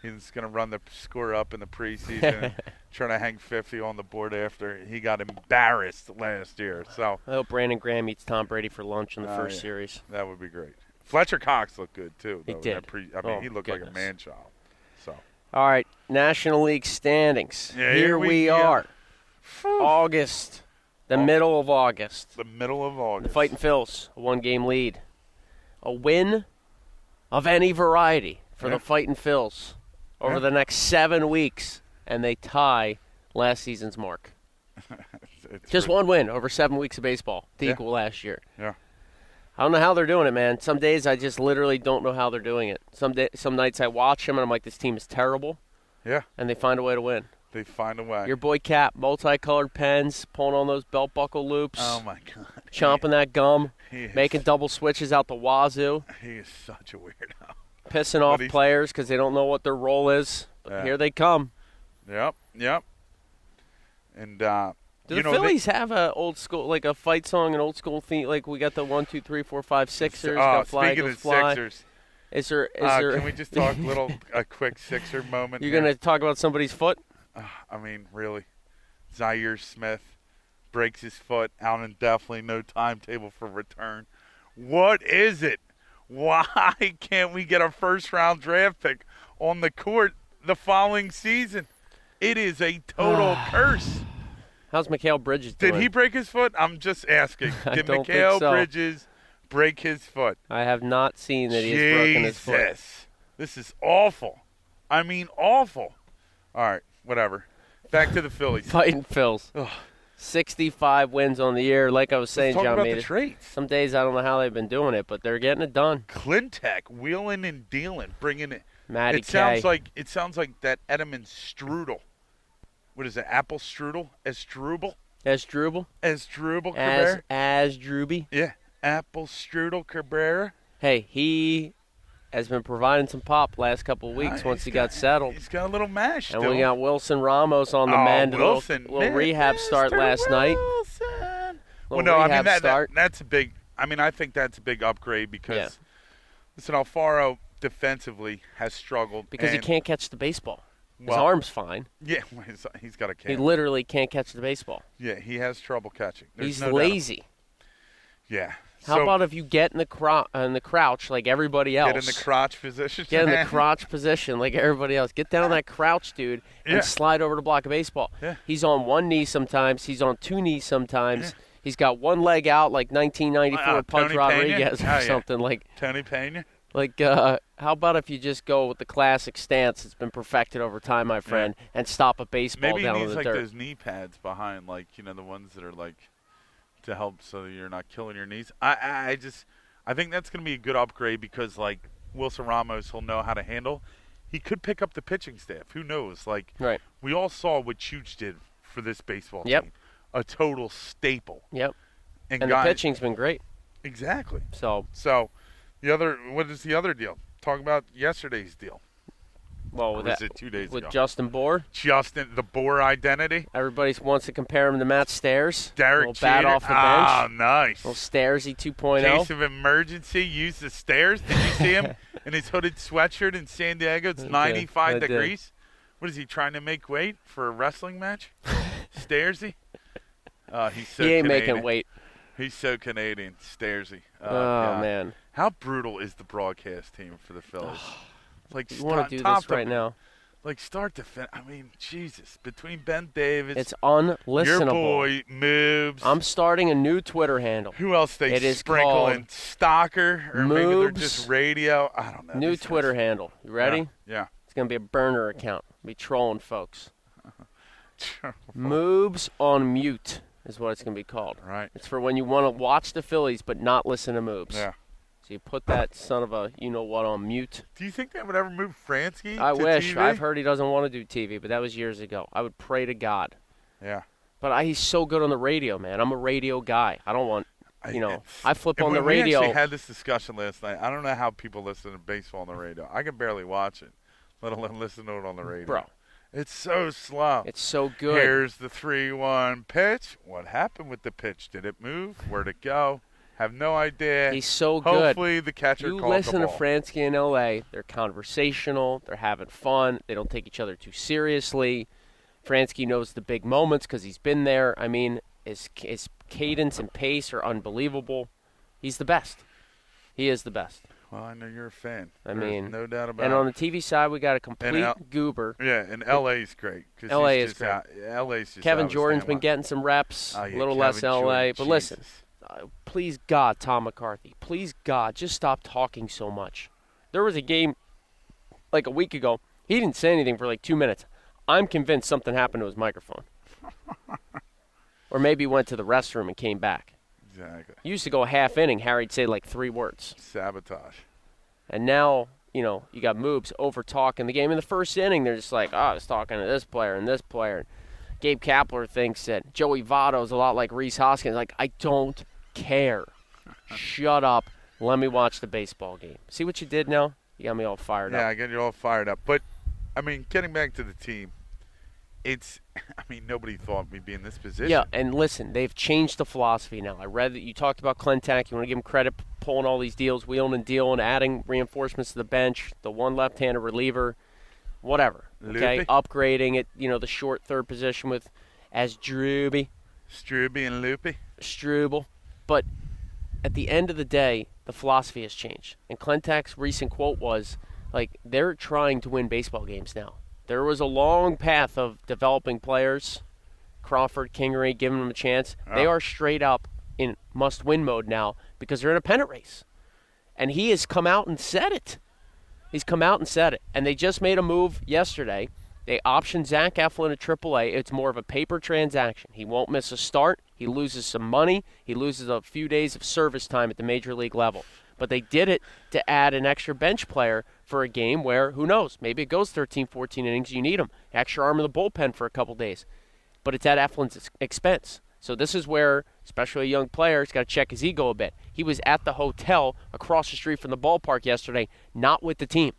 Speaker 5: he's going to run the score up in
Speaker 4: <laughs>
Speaker 5: the preseason, trying to hang 50 on the board after he got embarrassed last year. So
Speaker 4: I hope Brandon Graham eats Tom Brady for lunch in the
Speaker 5: Oh,
Speaker 4: first
Speaker 5: yeah.
Speaker 4: series.
Speaker 5: that would be great. Fletcher Cox looked good too.
Speaker 4: He
Speaker 5: though, in
Speaker 4: did.
Speaker 5: that Pre- I mean,
Speaker 4: Oh,
Speaker 5: he looked like
Speaker 4: goodness.
Speaker 5: a man child. So
Speaker 4: All right, National League standings.
Speaker 5: Yeah,
Speaker 4: here,
Speaker 5: here
Speaker 4: we,
Speaker 5: we-
Speaker 4: are.
Speaker 5: Phew.
Speaker 4: August, the middle of August.
Speaker 5: <laughs> the middle of
Speaker 4: The
Speaker 5: August.
Speaker 4: Fighting Phils, a one game lead. A win of any variety for
Speaker 5: Yeah.
Speaker 4: the Fighting Phils over
Speaker 5: Yeah.
Speaker 4: the next seven weeks, and they tie last season's
Speaker 5: <laughs>
Speaker 4: mark.
Speaker 5: It's
Speaker 4: Just
Speaker 5: re-
Speaker 4: one win over seven weeks of baseball to
Speaker 5: Yeah.
Speaker 4: equal last year.
Speaker 5: Yeah.
Speaker 4: I don't know how they're doing it, man. Some days I just literally don't know how they're doing it. Some day, some nights I watch them and I'm like, this team is terrible,
Speaker 5: Yeah,
Speaker 4: and they find a way to win.
Speaker 5: they find a way.
Speaker 4: Your boy Cap, multicolored pens, pulling on those belt buckle loops,
Speaker 5: oh
Speaker 4: <laughs>
Speaker 5: my god, <laughs>
Speaker 4: chomping that gum,
Speaker 5: He is-
Speaker 4: making double switches out the wazoo,
Speaker 5: he is such a weirdo.
Speaker 4: pissing off
Speaker 5: But he's-
Speaker 4: players because they don't know what their role is. But
Speaker 5: Yeah.
Speaker 4: here they come.
Speaker 5: Yep, yep. And uh,
Speaker 4: Do
Speaker 5: you
Speaker 4: the
Speaker 5: know, they-
Speaker 4: Phillies have a old school, like a fight song, an old school theme? Like we got the one, two, three, four, five, Sixers.
Speaker 5: Oh,
Speaker 4: got fly,
Speaker 5: speaking
Speaker 4: Eagles
Speaker 5: of
Speaker 4: fly.
Speaker 5: Sixers,
Speaker 4: Is there? Is
Speaker 5: uh,
Speaker 4: there? <laughs>
Speaker 5: can we just talk little a quick Sixer moment?
Speaker 4: you're
Speaker 5: here?
Speaker 4: gonna talk about somebody's foot?
Speaker 5: I mean, really, Zaire Smith breaks his foot out indefinitely, no timetable for return. What is it? Why <laughs> can't we get a first round draft pick on the court the following season? It is a
Speaker 4: <sighs>
Speaker 5: total curse.
Speaker 4: How's Mikhail Bridges doing?
Speaker 5: Did he break his foot? I'm just asking.
Speaker 4: <laughs> I
Speaker 5: Did
Speaker 4: don't think
Speaker 5: Mikhail
Speaker 4: so.
Speaker 5: Bridges break his foot?
Speaker 4: I have not seen that he has broken his
Speaker 5: Jesus.
Speaker 4: foot.
Speaker 5: This is awful. I mean, awful. All right, whatever. Back to the Phillies.
Speaker 4: Fighting Phils.
Speaker 5: Ugh.
Speaker 4: 65 wins on the year. Like I was saying,
Speaker 5: Let's talk
Speaker 4: John
Speaker 5: about
Speaker 4: made
Speaker 5: the
Speaker 4: it.
Speaker 5: trades.
Speaker 4: Some days I don't know how they've been doing it, but they're getting it done.
Speaker 5: Clintech wheeling and dealing, bringing it.
Speaker 4: Matty
Speaker 5: it sounds
Speaker 4: K.
Speaker 5: like it sounds like that Edelman strudel. What is it? Apple strudel? Estrubel?
Speaker 4: as Drubel,
Speaker 5: Estrubel
Speaker 4: as
Speaker 5: Cabrera?
Speaker 4: as Druby.
Speaker 5: Yeah. Apple Strudel Cabrera.
Speaker 4: Hey, he has been providing some pop last couple of weeks
Speaker 5: Uh,
Speaker 4: once
Speaker 5: he's
Speaker 4: he got settled.
Speaker 5: He's got a little mash.
Speaker 4: And
Speaker 5: still.
Speaker 4: we got Wilson Ramos on the
Speaker 5: oh,
Speaker 4: man. Did a little-
Speaker 5: Wilson,
Speaker 4: little, rehab
Speaker 5: Mr.
Speaker 4: start last night.
Speaker 5: Wilson. Well,
Speaker 4: Little
Speaker 5: no, I mean
Speaker 4: rehab
Speaker 5: that, that
Speaker 4: start.
Speaker 5: that's a big. I mean, I think that's a big upgrade because
Speaker 4: Yeah.
Speaker 5: listen, Alfaro defensively has struggled
Speaker 4: Because he
Speaker 5: and-
Speaker 4: can't catch the baseball. His
Speaker 5: Well-
Speaker 4: arm's fine.
Speaker 5: Yeah, <laughs> well, he's- he's got a
Speaker 4: He
Speaker 5: can.
Speaker 4: literally can't catch the baseball.
Speaker 5: yeah, he has trouble catching. There's
Speaker 4: He's
Speaker 5: no doubt ab-
Speaker 4: lazy.
Speaker 5: Yeah.
Speaker 4: How
Speaker 5: So,
Speaker 4: about if you get in the cro- uh, in the crouch like everybody else?
Speaker 5: get in the crotch position?
Speaker 4: Get in the
Speaker 5: <laughs> man?
Speaker 4: crouch position like everybody else. Get down on that crouch, dude, and
Speaker 5: Yeah.
Speaker 4: slide over to block a baseball.
Speaker 5: Yeah.
Speaker 4: He's on one knee sometimes. He's on two knees sometimes. He's got one leg out like 1994
Speaker 5: Wow,
Speaker 4: Punch
Speaker 5: Tony
Speaker 4: Rodriguez
Speaker 5: Pena? Oh,
Speaker 4: or
Speaker 5: yeah.
Speaker 4: something. Like,
Speaker 5: Tony Pena.
Speaker 4: like uh, how about if you just go with the classic stance that's been perfected over time, my friend, and stop a baseball
Speaker 5: Maybe he
Speaker 4: down
Speaker 5: needs
Speaker 4: in the
Speaker 5: like
Speaker 4: dirt?
Speaker 5: those knee pads behind, like you know the ones that are like to help so that you're not killing your knees. I I, I just I think that's going to be a good upgrade because like Wilson Ramos will know how to handle. He could pick up the pitching staff. Who knows? Like
Speaker 4: Right.
Speaker 5: we all saw what Chooch did for this baseball
Speaker 4: Yep.
Speaker 5: team, a total staple.
Speaker 4: Yep.
Speaker 5: And,
Speaker 4: And
Speaker 5: guys,
Speaker 4: the pitching's been great.
Speaker 5: exactly.
Speaker 4: So,
Speaker 5: So the other what is the other deal? Talk about yesterday's deal.
Speaker 4: well,
Speaker 5: Or
Speaker 4: with
Speaker 5: was
Speaker 4: that,
Speaker 5: it two days
Speaker 4: with
Speaker 5: ago?
Speaker 4: Justin Bohr,
Speaker 5: Justin the Boer identity.
Speaker 4: everybody wants to compare him to Matt Stairs.
Speaker 5: Derek
Speaker 4: little bat
Speaker 5: Jeter.
Speaker 4: off the
Speaker 5: Ah,
Speaker 4: bench.
Speaker 5: nice.
Speaker 4: Little Stairsy oh. 2.0.
Speaker 5: Case of emergency. Use the stairs. Did you see
Speaker 4: <laughs>
Speaker 5: him in his hooded sweatshirt in San Diego? It's
Speaker 4: did.
Speaker 5: 95
Speaker 4: I did.
Speaker 5: degrees. What is he trying to make weight for a wrestling match?
Speaker 4: <laughs>
Speaker 5: Stairsy. Uh, he's so
Speaker 4: he ain't
Speaker 5: Canadian.
Speaker 4: making weight.
Speaker 5: He's so Canadian. Stairsy. Oh,
Speaker 4: Oh,
Speaker 5: God.
Speaker 4: man,
Speaker 5: How brutal is the broadcast team for
Speaker 4: <sighs>
Speaker 5: the fellas? like
Speaker 4: you want
Speaker 5: start-
Speaker 4: to do
Speaker 5: top
Speaker 4: this right
Speaker 5: to,
Speaker 4: now?
Speaker 5: Like start to fin- I mean, Jesus. Between Ben Davis,
Speaker 4: It's
Speaker 5: your
Speaker 4: unlistenable.
Speaker 5: boy Moobs.
Speaker 4: I'm starting a new Twitter handle.
Speaker 5: Who else they
Speaker 4: It is
Speaker 5: sprinkle in?
Speaker 4: called
Speaker 5: Stalker, or maybe they're
Speaker 4: Moobs.
Speaker 5: just radio. I don't know.
Speaker 4: New
Speaker 5: These guys-
Speaker 4: Twitter handle. You
Speaker 5: Yeah,
Speaker 4: ready?
Speaker 5: Yeah.
Speaker 4: It's gonna be a burner account. Be trolling folks. Moobs on mute is what it's gonna be called.
Speaker 5: right.
Speaker 4: It's for when you want to watch the Phillies but not listen to Moobs.
Speaker 5: <laughs> Yeah.
Speaker 4: So you put that son of a you know what on mute.
Speaker 5: Do you think they would ever move Fransky?
Speaker 4: I
Speaker 5: to
Speaker 4: wish.
Speaker 5: TV?
Speaker 4: I've heard he doesn't want to do TV, but that was years ago. I would pray to God.
Speaker 5: Yeah.
Speaker 4: But I, he's so good on the radio, man. I'm a radio guy. I don't want,
Speaker 5: I-
Speaker 4: you know,
Speaker 5: it's-
Speaker 4: I flip
Speaker 5: and
Speaker 4: on
Speaker 5: we-
Speaker 4: the radio.
Speaker 5: We actually had this discussion last night. I don't know how people listen to baseball on the radio. I can barely watch it, let alone listen to it on the radio.
Speaker 4: Bro,
Speaker 5: it's so slow.
Speaker 4: it's so good.
Speaker 5: Here's the three-one pitch. What happened with the pitch? Did it move? Where'd it go? Have no idea.
Speaker 4: He's so good.
Speaker 5: Hopefully the catcher
Speaker 4: you
Speaker 5: called
Speaker 4: listen
Speaker 5: the
Speaker 4: to
Speaker 5: ball.
Speaker 4: Fransky in L.A. They're conversational. They're having fun. They don't take each other too seriously. Fransky knows the big moments because he's been there. I mean, his his cadence and pace are unbelievable. He's the best. He is the best.
Speaker 5: Well, I know you're a fan.
Speaker 4: I
Speaker 5: There's
Speaker 4: mean,
Speaker 5: no doubt about
Speaker 4: And on
Speaker 5: it.
Speaker 4: the TV side, we got a complete
Speaker 5: Al-
Speaker 4: goober.
Speaker 5: yeah, and LA's great. 'cause
Speaker 4: LA
Speaker 5: he's
Speaker 4: is
Speaker 5: just
Speaker 4: great.
Speaker 5: Out, LA's just
Speaker 4: Kevin
Speaker 5: out of
Speaker 4: Jordan's been
Speaker 5: standby.
Speaker 4: getting some reps,
Speaker 5: Oh,
Speaker 4: a
Speaker 5: yeah,
Speaker 4: little
Speaker 5: Kevin
Speaker 4: less LA.
Speaker 5: Jordan,
Speaker 4: But listen,
Speaker 5: Jesus.
Speaker 4: uh, please God, Tom McCarthy, please God, just stop talking so much. There was a game like a week ago. He didn't say anything for like two minutes. I'm convinced something happened to his microphone, or maybe he went to the restroom and came back.
Speaker 5: exactly
Speaker 4: He used to go a half inning. Harry'd say like three words,
Speaker 5: sabotage.
Speaker 4: and now you know you got Moobs over talking the game. In the first inning, they're just like, oh, I was talking to this player and this player. Gabe Kapler thinks that Joey Votto's a lot like Reese Hoskins. Like, I don't care. Shut up. Let me watch the baseball game. See what you did now? You got me all fired
Speaker 5: Yeah,
Speaker 4: up.
Speaker 5: I get you all fired up. But I mean, getting back to the team, it's. <laughs> I mean, nobody thought we'd be in this position.
Speaker 4: Yeah, and listen, they've changed the philosophy now. I read that you talked about Clentac. You want to give him credit for pulling all these deals, wheeling and dealing, adding reinforcements to the bench, the one left-handed reliever, whatever. Okay,
Speaker 5: Loopy.
Speaker 4: upgrading it. You know, the short third position with as Druby.
Speaker 5: Struby and Loopy.
Speaker 4: Struble. But at the end of the day, the philosophy has changed. And Clentac's recent quote was like they're trying to win baseball games now. There was a long path of developing players, Crawford, Kingery, giving them a chance. They
Speaker 5: Yeah.
Speaker 4: are straight up in must win mode now because they're in a pennant race. And he has come out and said it. He's come out and said it. And they just made a move yesterday. They optioned Zach Eflin at AAA. It's more of a paper transaction. He won't miss a start. He loses some money. He loses a few days of service time at the major league level. But they did it to add an extra bench player for a game where, who knows, maybe it goes 13, 14 innings. You need him. Extra arm in the bullpen for a couple days. But it's at Eflin's ex- expense. So this is where especially a young player, he's got to check his ego a bit. He was at the hotel across the street from the ballpark yesterday, not with the team,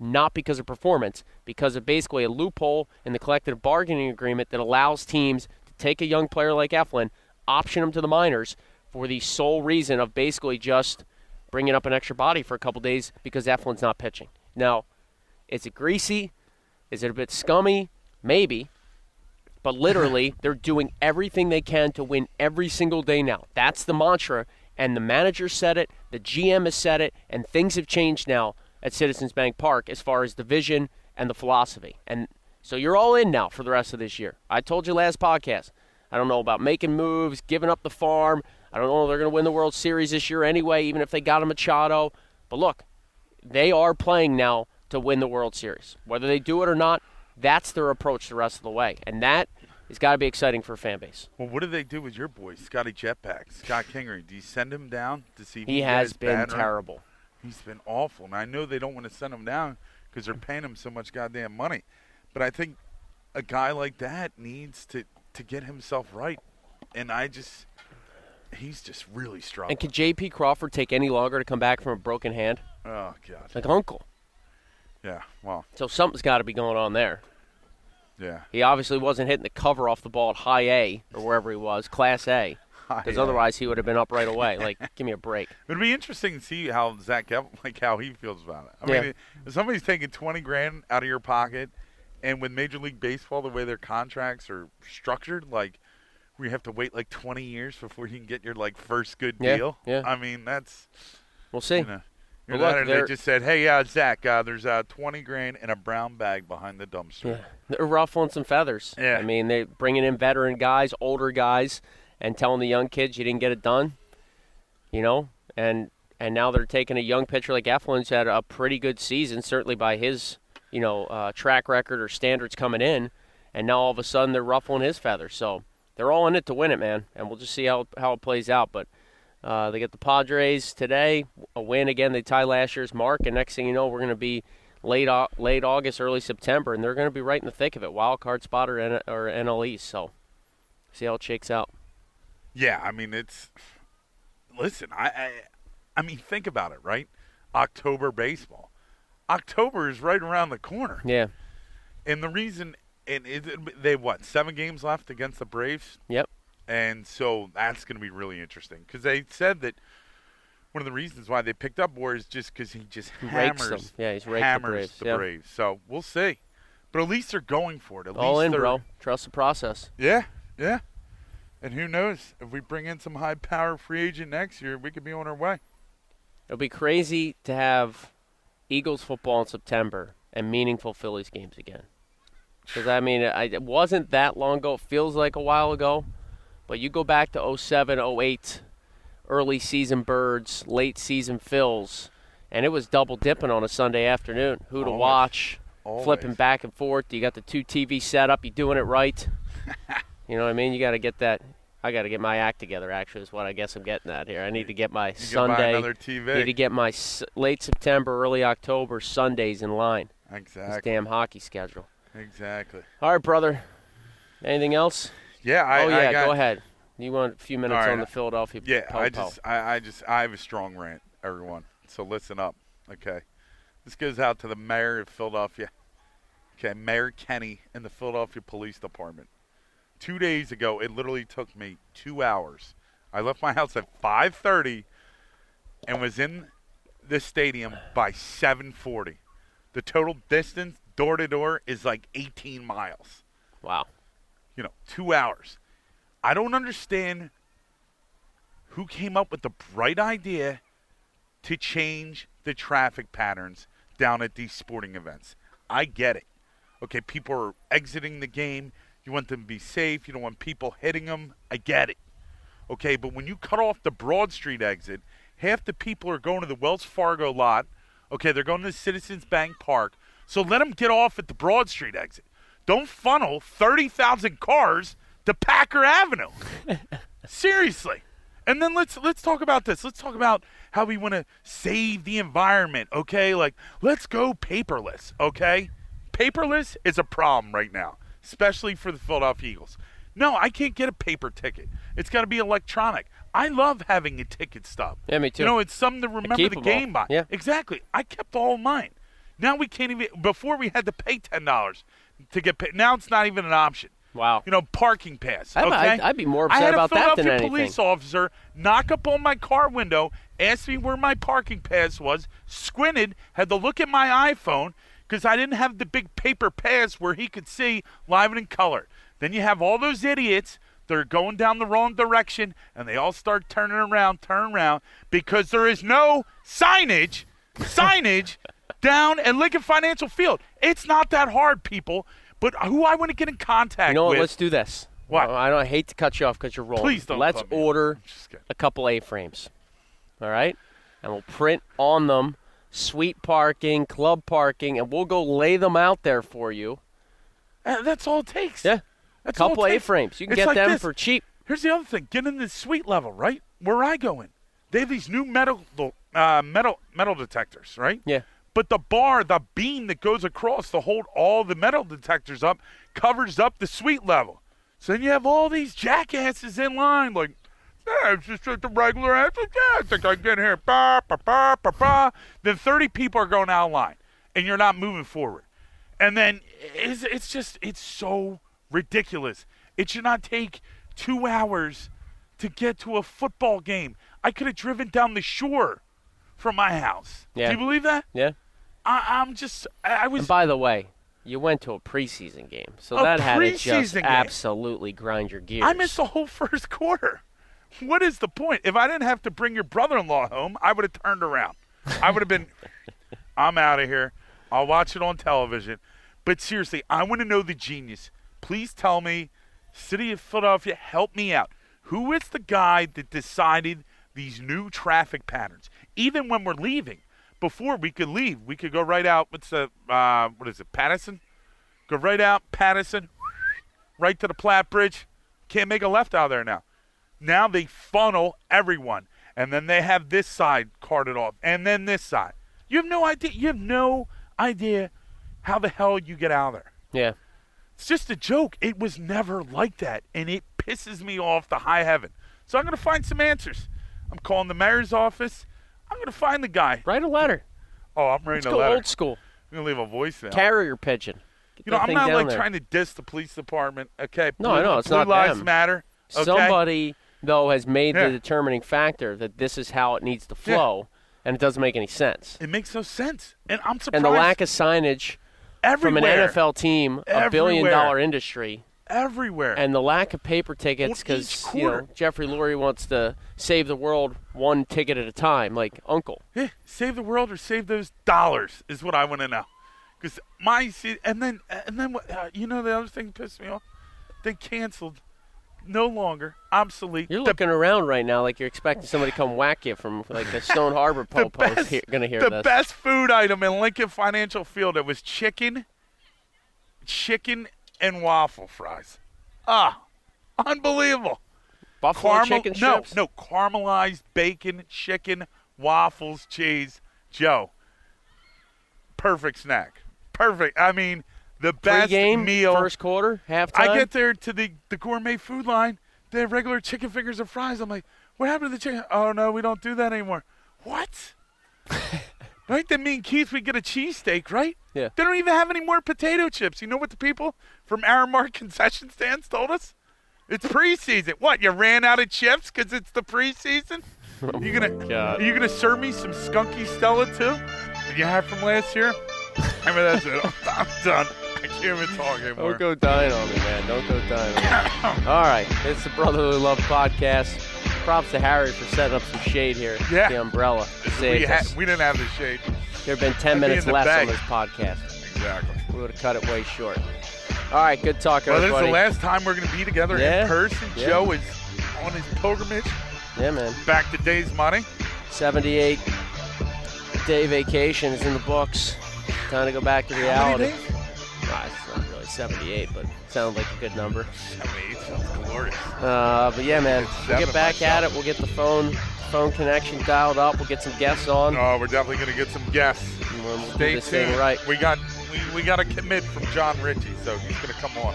Speaker 4: not because of performance, because of basically a loophole in the collective bargaining agreement that allows teams to take a young player like Eflin, option him to the minors for the sole reason of basically just bringing up an extra body for a couple days because Eflin's not pitching. Now, is it greasy? Is it a bit scummy? Maybe but literally they're doing everything they can to win every single day now. That's the mantra, and the manager said it, the GM has said it, and things have changed now at Citizens Bank Park as far as the vision and the philosophy. And so you're all in now for the rest of this year. I told you last podcast. I don't know about making moves, giving up the farm. I don't know if they're going to win the World Series this year anyway, even if they got a Machado. But look, they are playing now to win the World Series. Whether they do it or not, that's their approach the rest of the way. And that has got to be exciting for a fan base.
Speaker 5: Well, what do they do with your boy, Scotty Jetpack, Scott Kingery? Do you send him down to see? If
Speaker 4: He has
Speaker 5: guys
Speaker 4: been
Speaker 5: batter him?
Speaker 4: terrible.
Speaker 5: He's been awful, and I know they don't want to send him down because they're paying him so much goddamn money. But I think a guy like that needs to to get himself right, and I just he's just really struggling.
Speaker 4: And can J.P. Crawford take any longer to come back from a broken hand?
Speaker 5: oh god,
Speaker 4: Like Uncle.
Speaker 5: yeah. Well,
Speaker 4: So something's got to be going on there.
Speaker 5: yeah.
Speaker 4: He obviously wasn't hitting the cover off the ball at high A or wherever he was, Class A, because
Speaker 5: Yeah.
Speaker 4: otherwise he would have been up right away. Like, give me a break.
Speaker 5: It'd be interesting to see how Zach Ev- <laughs> like how he feels about it. I
Speaker 4: Yeah.
Speaker 5: mean, if somebody's taking twenty grand out of your pocket, and with Major League Baseball, the way their contracts are structured, like we have to wait like twenty years before you can get your like first good
Speaker 4: Yeah,
Speaker 5: deal.
Speaker 4: yeah.
Speaker 5: I mean, that's
Speaker 4: We'll see.
Speaker 5: you know, you're
Speaker 4: But look,
Speaker 5: that, and
Speaker 4: they're-
Speaker 5: they just said, "Hey, uh, Zach, uh, there's uh, twenty grand in a brown bag behind the dumpster."
Speaker 4: They're ruffling some feathers.
Speaker 5: Yeah.
Speaker 4: I mean, they're bringing in veteran guys, older guys, and telling the young kids you didn't get it done, you know? And and now they're taking a young pitcher like Eflin's had a pretty good season, certainly by his, you know, uh, track record or standards coming in. And now all of a sudden they're ruffling his feathers. So they're all in it to win it, man. And we'll just see how, how it plays out. But uh, they get the Padres today. A win again. They tie last year's mark, and next thing you know, we're going to be late au- late August, early September, and they're going to be right in the thick of it. Wild card spot or, N- or NL East. So see how it shakes out.
Speaker 5: Yeah, I mean it's. Listen, I, I, I mean, think about it, right? October baseball. October is right around the corner,
Speaker 4: Yeah.
Speaker 5: and the reason, and it, they what seven games left against the Braves,
Speaker 4: Yep.
Speaker 5: and so that's going to be really interesting because they said that one of the reasons why they picked up War is just because he just
Speaker 4: Rakes
Speaker 5: hammers,
Speaker 4: them. Yeah, he's raked the
Speaker 5: hammers
Speaker 4: Braves,
Speaker 5: the
Speaker 4: yeah.
Speaker 5: Braves. So we'll see, but at least they're going for it. At
Speaker 4: All
Speaker 5: least
Speaker 4: in,
Speaker 5: they're-
Speaker 4: bro. Trust the process.
Speaker 5: yeah, yeah. And who knows if we bring in some high power free agent next year, we could be on our way.
Speaker 4: It'll be crazy to have Eagles football in September and meaningful Phillies games again. Because I mean, I, it wasn't that long ago. It feels like a while ago, but you go back to 07, 08, early season birds, late season fills, and it was double dipping on a Sunday afternoon. Who to
Speaker 5: Always.
Speaker 4: watch? Flipping
Speaker 5: Always.
Speaker 4: back and forth. You got the two TV setup. You doing it right. you know what I mean? You got to get that. I got to get my act together. Actually, is what I guess I'm getting at here. I need to get my
Speaker 5: You can buy
Speaker 4: Sunday.
Speaker 5: another TV.
Speaker 4: Need to get my s- late September, early October Sundays in line. This
Speaker 5: exactly.
Speaker 4: damn hockey schedule.
Speaker 5: Exactly.
Speaker 4: All right, brother. Anything else?
Speaker 5: Yeah, I,
Speaker 4: oh yeah,
Speaker 5: I got,
Speaker 4: go ahead. You want a few minutes
Speaker 5: All right.
Speaker 4: on the Philadelphia?
Speaker 5: Yeah, I
Speaker 4: po-po.
Speaker 5: just I, I just I have a strong rant, everyone. So listen up. Okay. This goes out to the mayor of Philadelphia. Okay, Mayor Kenny and the Philadelphia Police Department. Two days ago, it literally took me two hours. I left my house at five thirty and was in the stadium by seven forty. The total distance door to door is like eighteen miles
Speaker 4: wow.
Speaker 5: you know, two hours. I don't understand who came up with the bright idea to change the traffic patterns down at these sporting events. I get it. Okay, people are exiting the game. You want them to be safe. You don't want people hitting them. I get it. Okay, but when you cut off the Broad Street exit, half the people are going to the Wells Fargo lot. Okay, they're going to Citizens Bank Park. So let them get off at the Broad Street exit. Don't funnel 30,000 cars to Packer Avenue. Seriously. And then let's let's talk about this. Let's talk about how we want to save the environment, okay? Like let's go paperless, okay? Paperless is a problem right now, especially for the Philadelphia Eagles. No, I can't get a paper ticket. It's got to be electronic. I love having a ticket stub.
Speaker 4: Yeah, me too.
Speaker 5: You know, it's something to remember
Speaker 4: keep
Speaker 5: the
Speaker 4: 'em all.
Speaker 5: game by.
Speaker 4: Yeah.
Speaker 5: Exactly. I kept all mine. Now we can't even. Before we had to pay ten dollars to get paid. Now it's not even an option.
Speaker 4: Wow.
Speaker 5: You know, parking pass.
Speaker 4: I'd-
Speaker 5: okay?
Speaker 4: I'd- I'd be more upset
Speaker 5: I had
Speaker 4: about
Speaker 5: a
Speaker 4: that
Speaker 5: Philadelphia
Speaker 4: than anything.
Speaker 5: police officer knock up on my car window, asked me where my parking pass was, squinted, had to look at my iPhone because I didn't have the big paper pass where he could see live and in color. Then you have all those idiots. They're going down the wrong direction, and they all start turning around, turn around, because there is no signage,
Speaker 4: <laughs>
Speaker 5: signage down at Lincoln Financial Field. It's not that hard, people. But who I want to get in contact
Speaker 4: You know what?
Speaker 5: with?
Speaker 4: Let's do this.
Speaker 5: What?
Speaker 4: Well, I don't I hate to cut you off because you're rolling.
Speaker 5: Please don't
Speaker 4: Let's
Speaker 5: cut me off.
Speaker 4: order
Speaker 5: Just kidding.
Speaker 4: a couple A-frames. All right, and we'll print on them suite parking, club parking, and we'll go lay them out there for you.
Speaker 5: Uh, that's all it takes.
Speaker 4: Yeah, a
Speaker 5: That's all
Speaker 4: couple
Speaker 5: it takes.
Speaker 4: A-frames. You can
Speaker 5: It's
Speaker 4: get
Speaker 5: like
Speaker 4: them
Speaker 5: this.
Speaker 4: for cheap.
Speaker 5: Here's the other thing. Get in the suite level, right? Where I go in, they have these new metal uh, metal metal detectors, right?
Speaker 4: Yeah.
Speaker 5: But the bar, the beam that goes across to hold all the metal detectors up, covers up the suite level. So then you have all these jackasses in line, like, yeah, it's just a regular ass. Yeah, I think I can get here. Ba, ba, ba, ba, ba. Then 30 people are going out of line, and you're not moving forward. And then it's, it's just, it's so ridiculous. It should not take two hours to get to a football game. I could have driven down the shore from my house.
Speaker 4: Yeah.
Speaker 5: Do you believe that?
Speaker 4: Yeah.
Speaker 5: I, I'm just. I, I
Speaker 4: And
Speaker 5: was.
Speaker 4: by the way, you went to a preseason game, so
Speaker 5: A
Speaker 4: that had to just
Speaker 5: preseason game.
Speaker 4: absolutely grind your gears.
Speaker 5: I missed the whole <laughs> first quarter. What is the point? If I didn't have to bring your brother-in-law home, I would have turned around. I would have been. <laughs> I'm out of here. I'll watch it on television. But seriously, I want to know the genius. Please tell me, City of Philadelphia, help me out. Who is the guy that decided these new traffic patterns? Even when we're leaving, before we could leave, we could go right out. What's the uh, what is it? Patterson. Go right out Patterson, right to the Platte Bridge. Can't make a left out of there now. Now they funnel everyone, and then they have this side carted off, and then this side. You have no idea. You have no idea how the hell you get out of there.
Speaker 4: Yeah.
Speaker 5: It's just a joke. It was never like that, and it pisses me off to high heaven. So I'm gonna find some answers. I'm calling the mayor's office. I'm gonna find the guy.
Speaker 4: Write a letter.
Speaker 5: Oh, I'm
Speaker 4: Let's
Speaker 5: writing a
Speaker 4: go
Speaker 5: letter.
Speaker 4: old school.
Speaker 5: I'm gonna leave a voicemail.
Speaker 4: Carrier pigeon. Get
Speaker 5: You know,
Speaker 4: that
Speaker 5: I'm
Speaker 4: thing
Speaker 5: not
Speaker 4: down
Speaker 5: like
Speaker 4: there.
Speaker 5: trying to diss the police department. Okay.
Speaker 4: No, I
Speaker 5: blue-
Speaker 4: know, it's
Speaker 5: blue
Speaker 4: not
Speaker 5: lives
Speaker 4: them.
Speaker 5: matter. Okay?
Speaker 4: Somebody though has made
Speaker 5: Yeah.
Speaker 4: the determining factor that this is how it needs to
Speaker 5: Yeah.
Speaker 4: flow, and it doesn't make any sense.
Speaker 5: It makes no sense, and I'm
Speaker 4: And
Speaker 5: surprised.
Speaker 4: the lack of signage from
Speaker 5: everywhere,
Speaker 4: an NFL team, a billion
Speaker 5: Everywhere.
Speaker 4: dollar industry,
Speaker 5: everywhere.
Speaker 4: and the lack of paper tickets
Speaker 5: Well,
Speaker 4: because
Speaker 5: each
Speaker 4: you know
Speaker 5: quarter.
Speaker 4: Jeffrey Lurie wants to save the world one ticket at a time, like Uncle.
Speaker 5: Yeah, save the world or save those dollars is what I want to know. Because my se- and then and then what? Uh, you know the other thing that pissed me off. They canceled, no longer obsolete.
Speaker 4: You're
Speaker 5: the
Speaker 4: looking around right now like you're expecting somebody to come whack you from like the Stone
Speaker 5: <laughs>
Speaker 4: Harbor po post. Here, gonna hear
Speaker 5: the
Speaker 4: this.
Speaker 5: best food item in Lincoln Financial Field. It was chicken, chicken and waffle fries. Ah, unbelievable.
Speaker 4: Buffalo
Speaker 5: Caramel,
Speaker 4: chicken
Speaker 5: no,
Speaker 4: strips.
Speaker 5: no, caramelized bacon, chicken, waffles, cheese. Joe, perfect snack. Perfect. I mean, the best
Speaker 4: Pre-game,
Speaker 5: meal.
Speaker 4: first quarter, halftime.
Speaker 5: I get there to the, the gourmet food line. They have regular chicken fingers and fries. I'm like, what happened to the chicken? Oh, no, we don't do that anymore.
Speaker 4: <laughs>
Speaker 5: What? right? Then me and Keith, we get a cheesesteak, right?
Speaker 4: Yeah.
Speaker 5: They don't even have any more potato chips. You know what the people from Aramark <laughs> concession stands told us? It's preseason. What? You ran out of chips because it's
Speaker 4: <laughs>
Speaker 5: the preseason? you gonna
Speaker 4: Oh God.
Speaker 5: you gonna serve me some skunky Stella too? That you had from last year? I mean that's
Speaker 4: <laughs>
Speaker 5: it. I'm, I'm done. I can't even talk anymore.
Speaker 4: Don't go dine on me, man. Don't go dine on
Speaker 5: <coughs>
Speaker 4: me. All right. It's the Brotherly Love Podcast. Props to Harry for setting up some shade here.
Speaker 5: Yeah.
Speaker 4: The umbrella.
Speaker 5: we,
Speaker 4: Saved
Speaker 5: ha-
Speaker 4: us.
Speaker 5: we didn't have the shade.
Speaker 4: there have been 10
Speaker 5: I'd be
Speaker 4: minutes
Speaker 5: in the
Speaker 4: left on
Speaker 5: bag.
Speaker 4: this podcast.
Speaker 5: Exactly.
Speaker 4: We would have cut it way short. All right. Good talk,
Speaker 5: Well, this is
Speaker 4: everybody.
Speaker 5: the last time we're going to be together
Speaker 4: Yeah.
Speaker 5: in person.
Speaker 4: Yeah.
Speaker 5: Joe is on his pilgrimage
Speaker 4: yeah, man.
Speaker 5: back to Day's Money.
Speaker 4: 78 day vacation is in the books. Time to go back to
Speaker 5: How many
Speaker 4: reality.
Speaker 5: days?
Speaker 4: Ah, it's not really 78, but sounds like a good number.
Speaker 5: I mean, it sounds glorious.
Speaker 4: Uh, but yeah, man, we'll
Speaker 5: seven
Speaker 4: get back at
Speaker 5: myself.
Speaker 4: it. We'll get the phone phone connection dialed up. We'll get some guests on.
Speaker 5: Oh, we're definitely going to get some guests.
Speaker 4: and we'll do
Speaker 5: Stay
Speaker 4: this thing
Speaker 5: tuned.
Speaker 4: right.
Speaker 5: We got we, we got a commit from John Ritchie, so he's going to come on.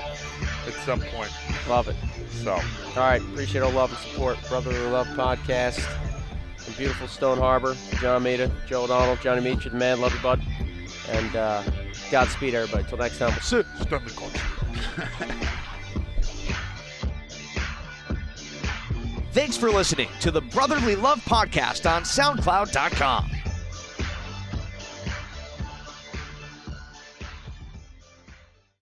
Speaker 5: at some point.
Speaker 4: Love it.
Speaker 5: So,
Speaker 4: All right. Appreciate all love and support. Brotherly Love Podcast in beautiful Stone Harbor. John Mita, Joe O'Donnell, Johnny Meach, the man. Love you, bud. And uh, Godspeed, everybody. Till next time.
Speaker 5: sit, stand the coach.
Speaker 1: Thanks for listening to the Brotherly Love Podcast on SoundCloud.com.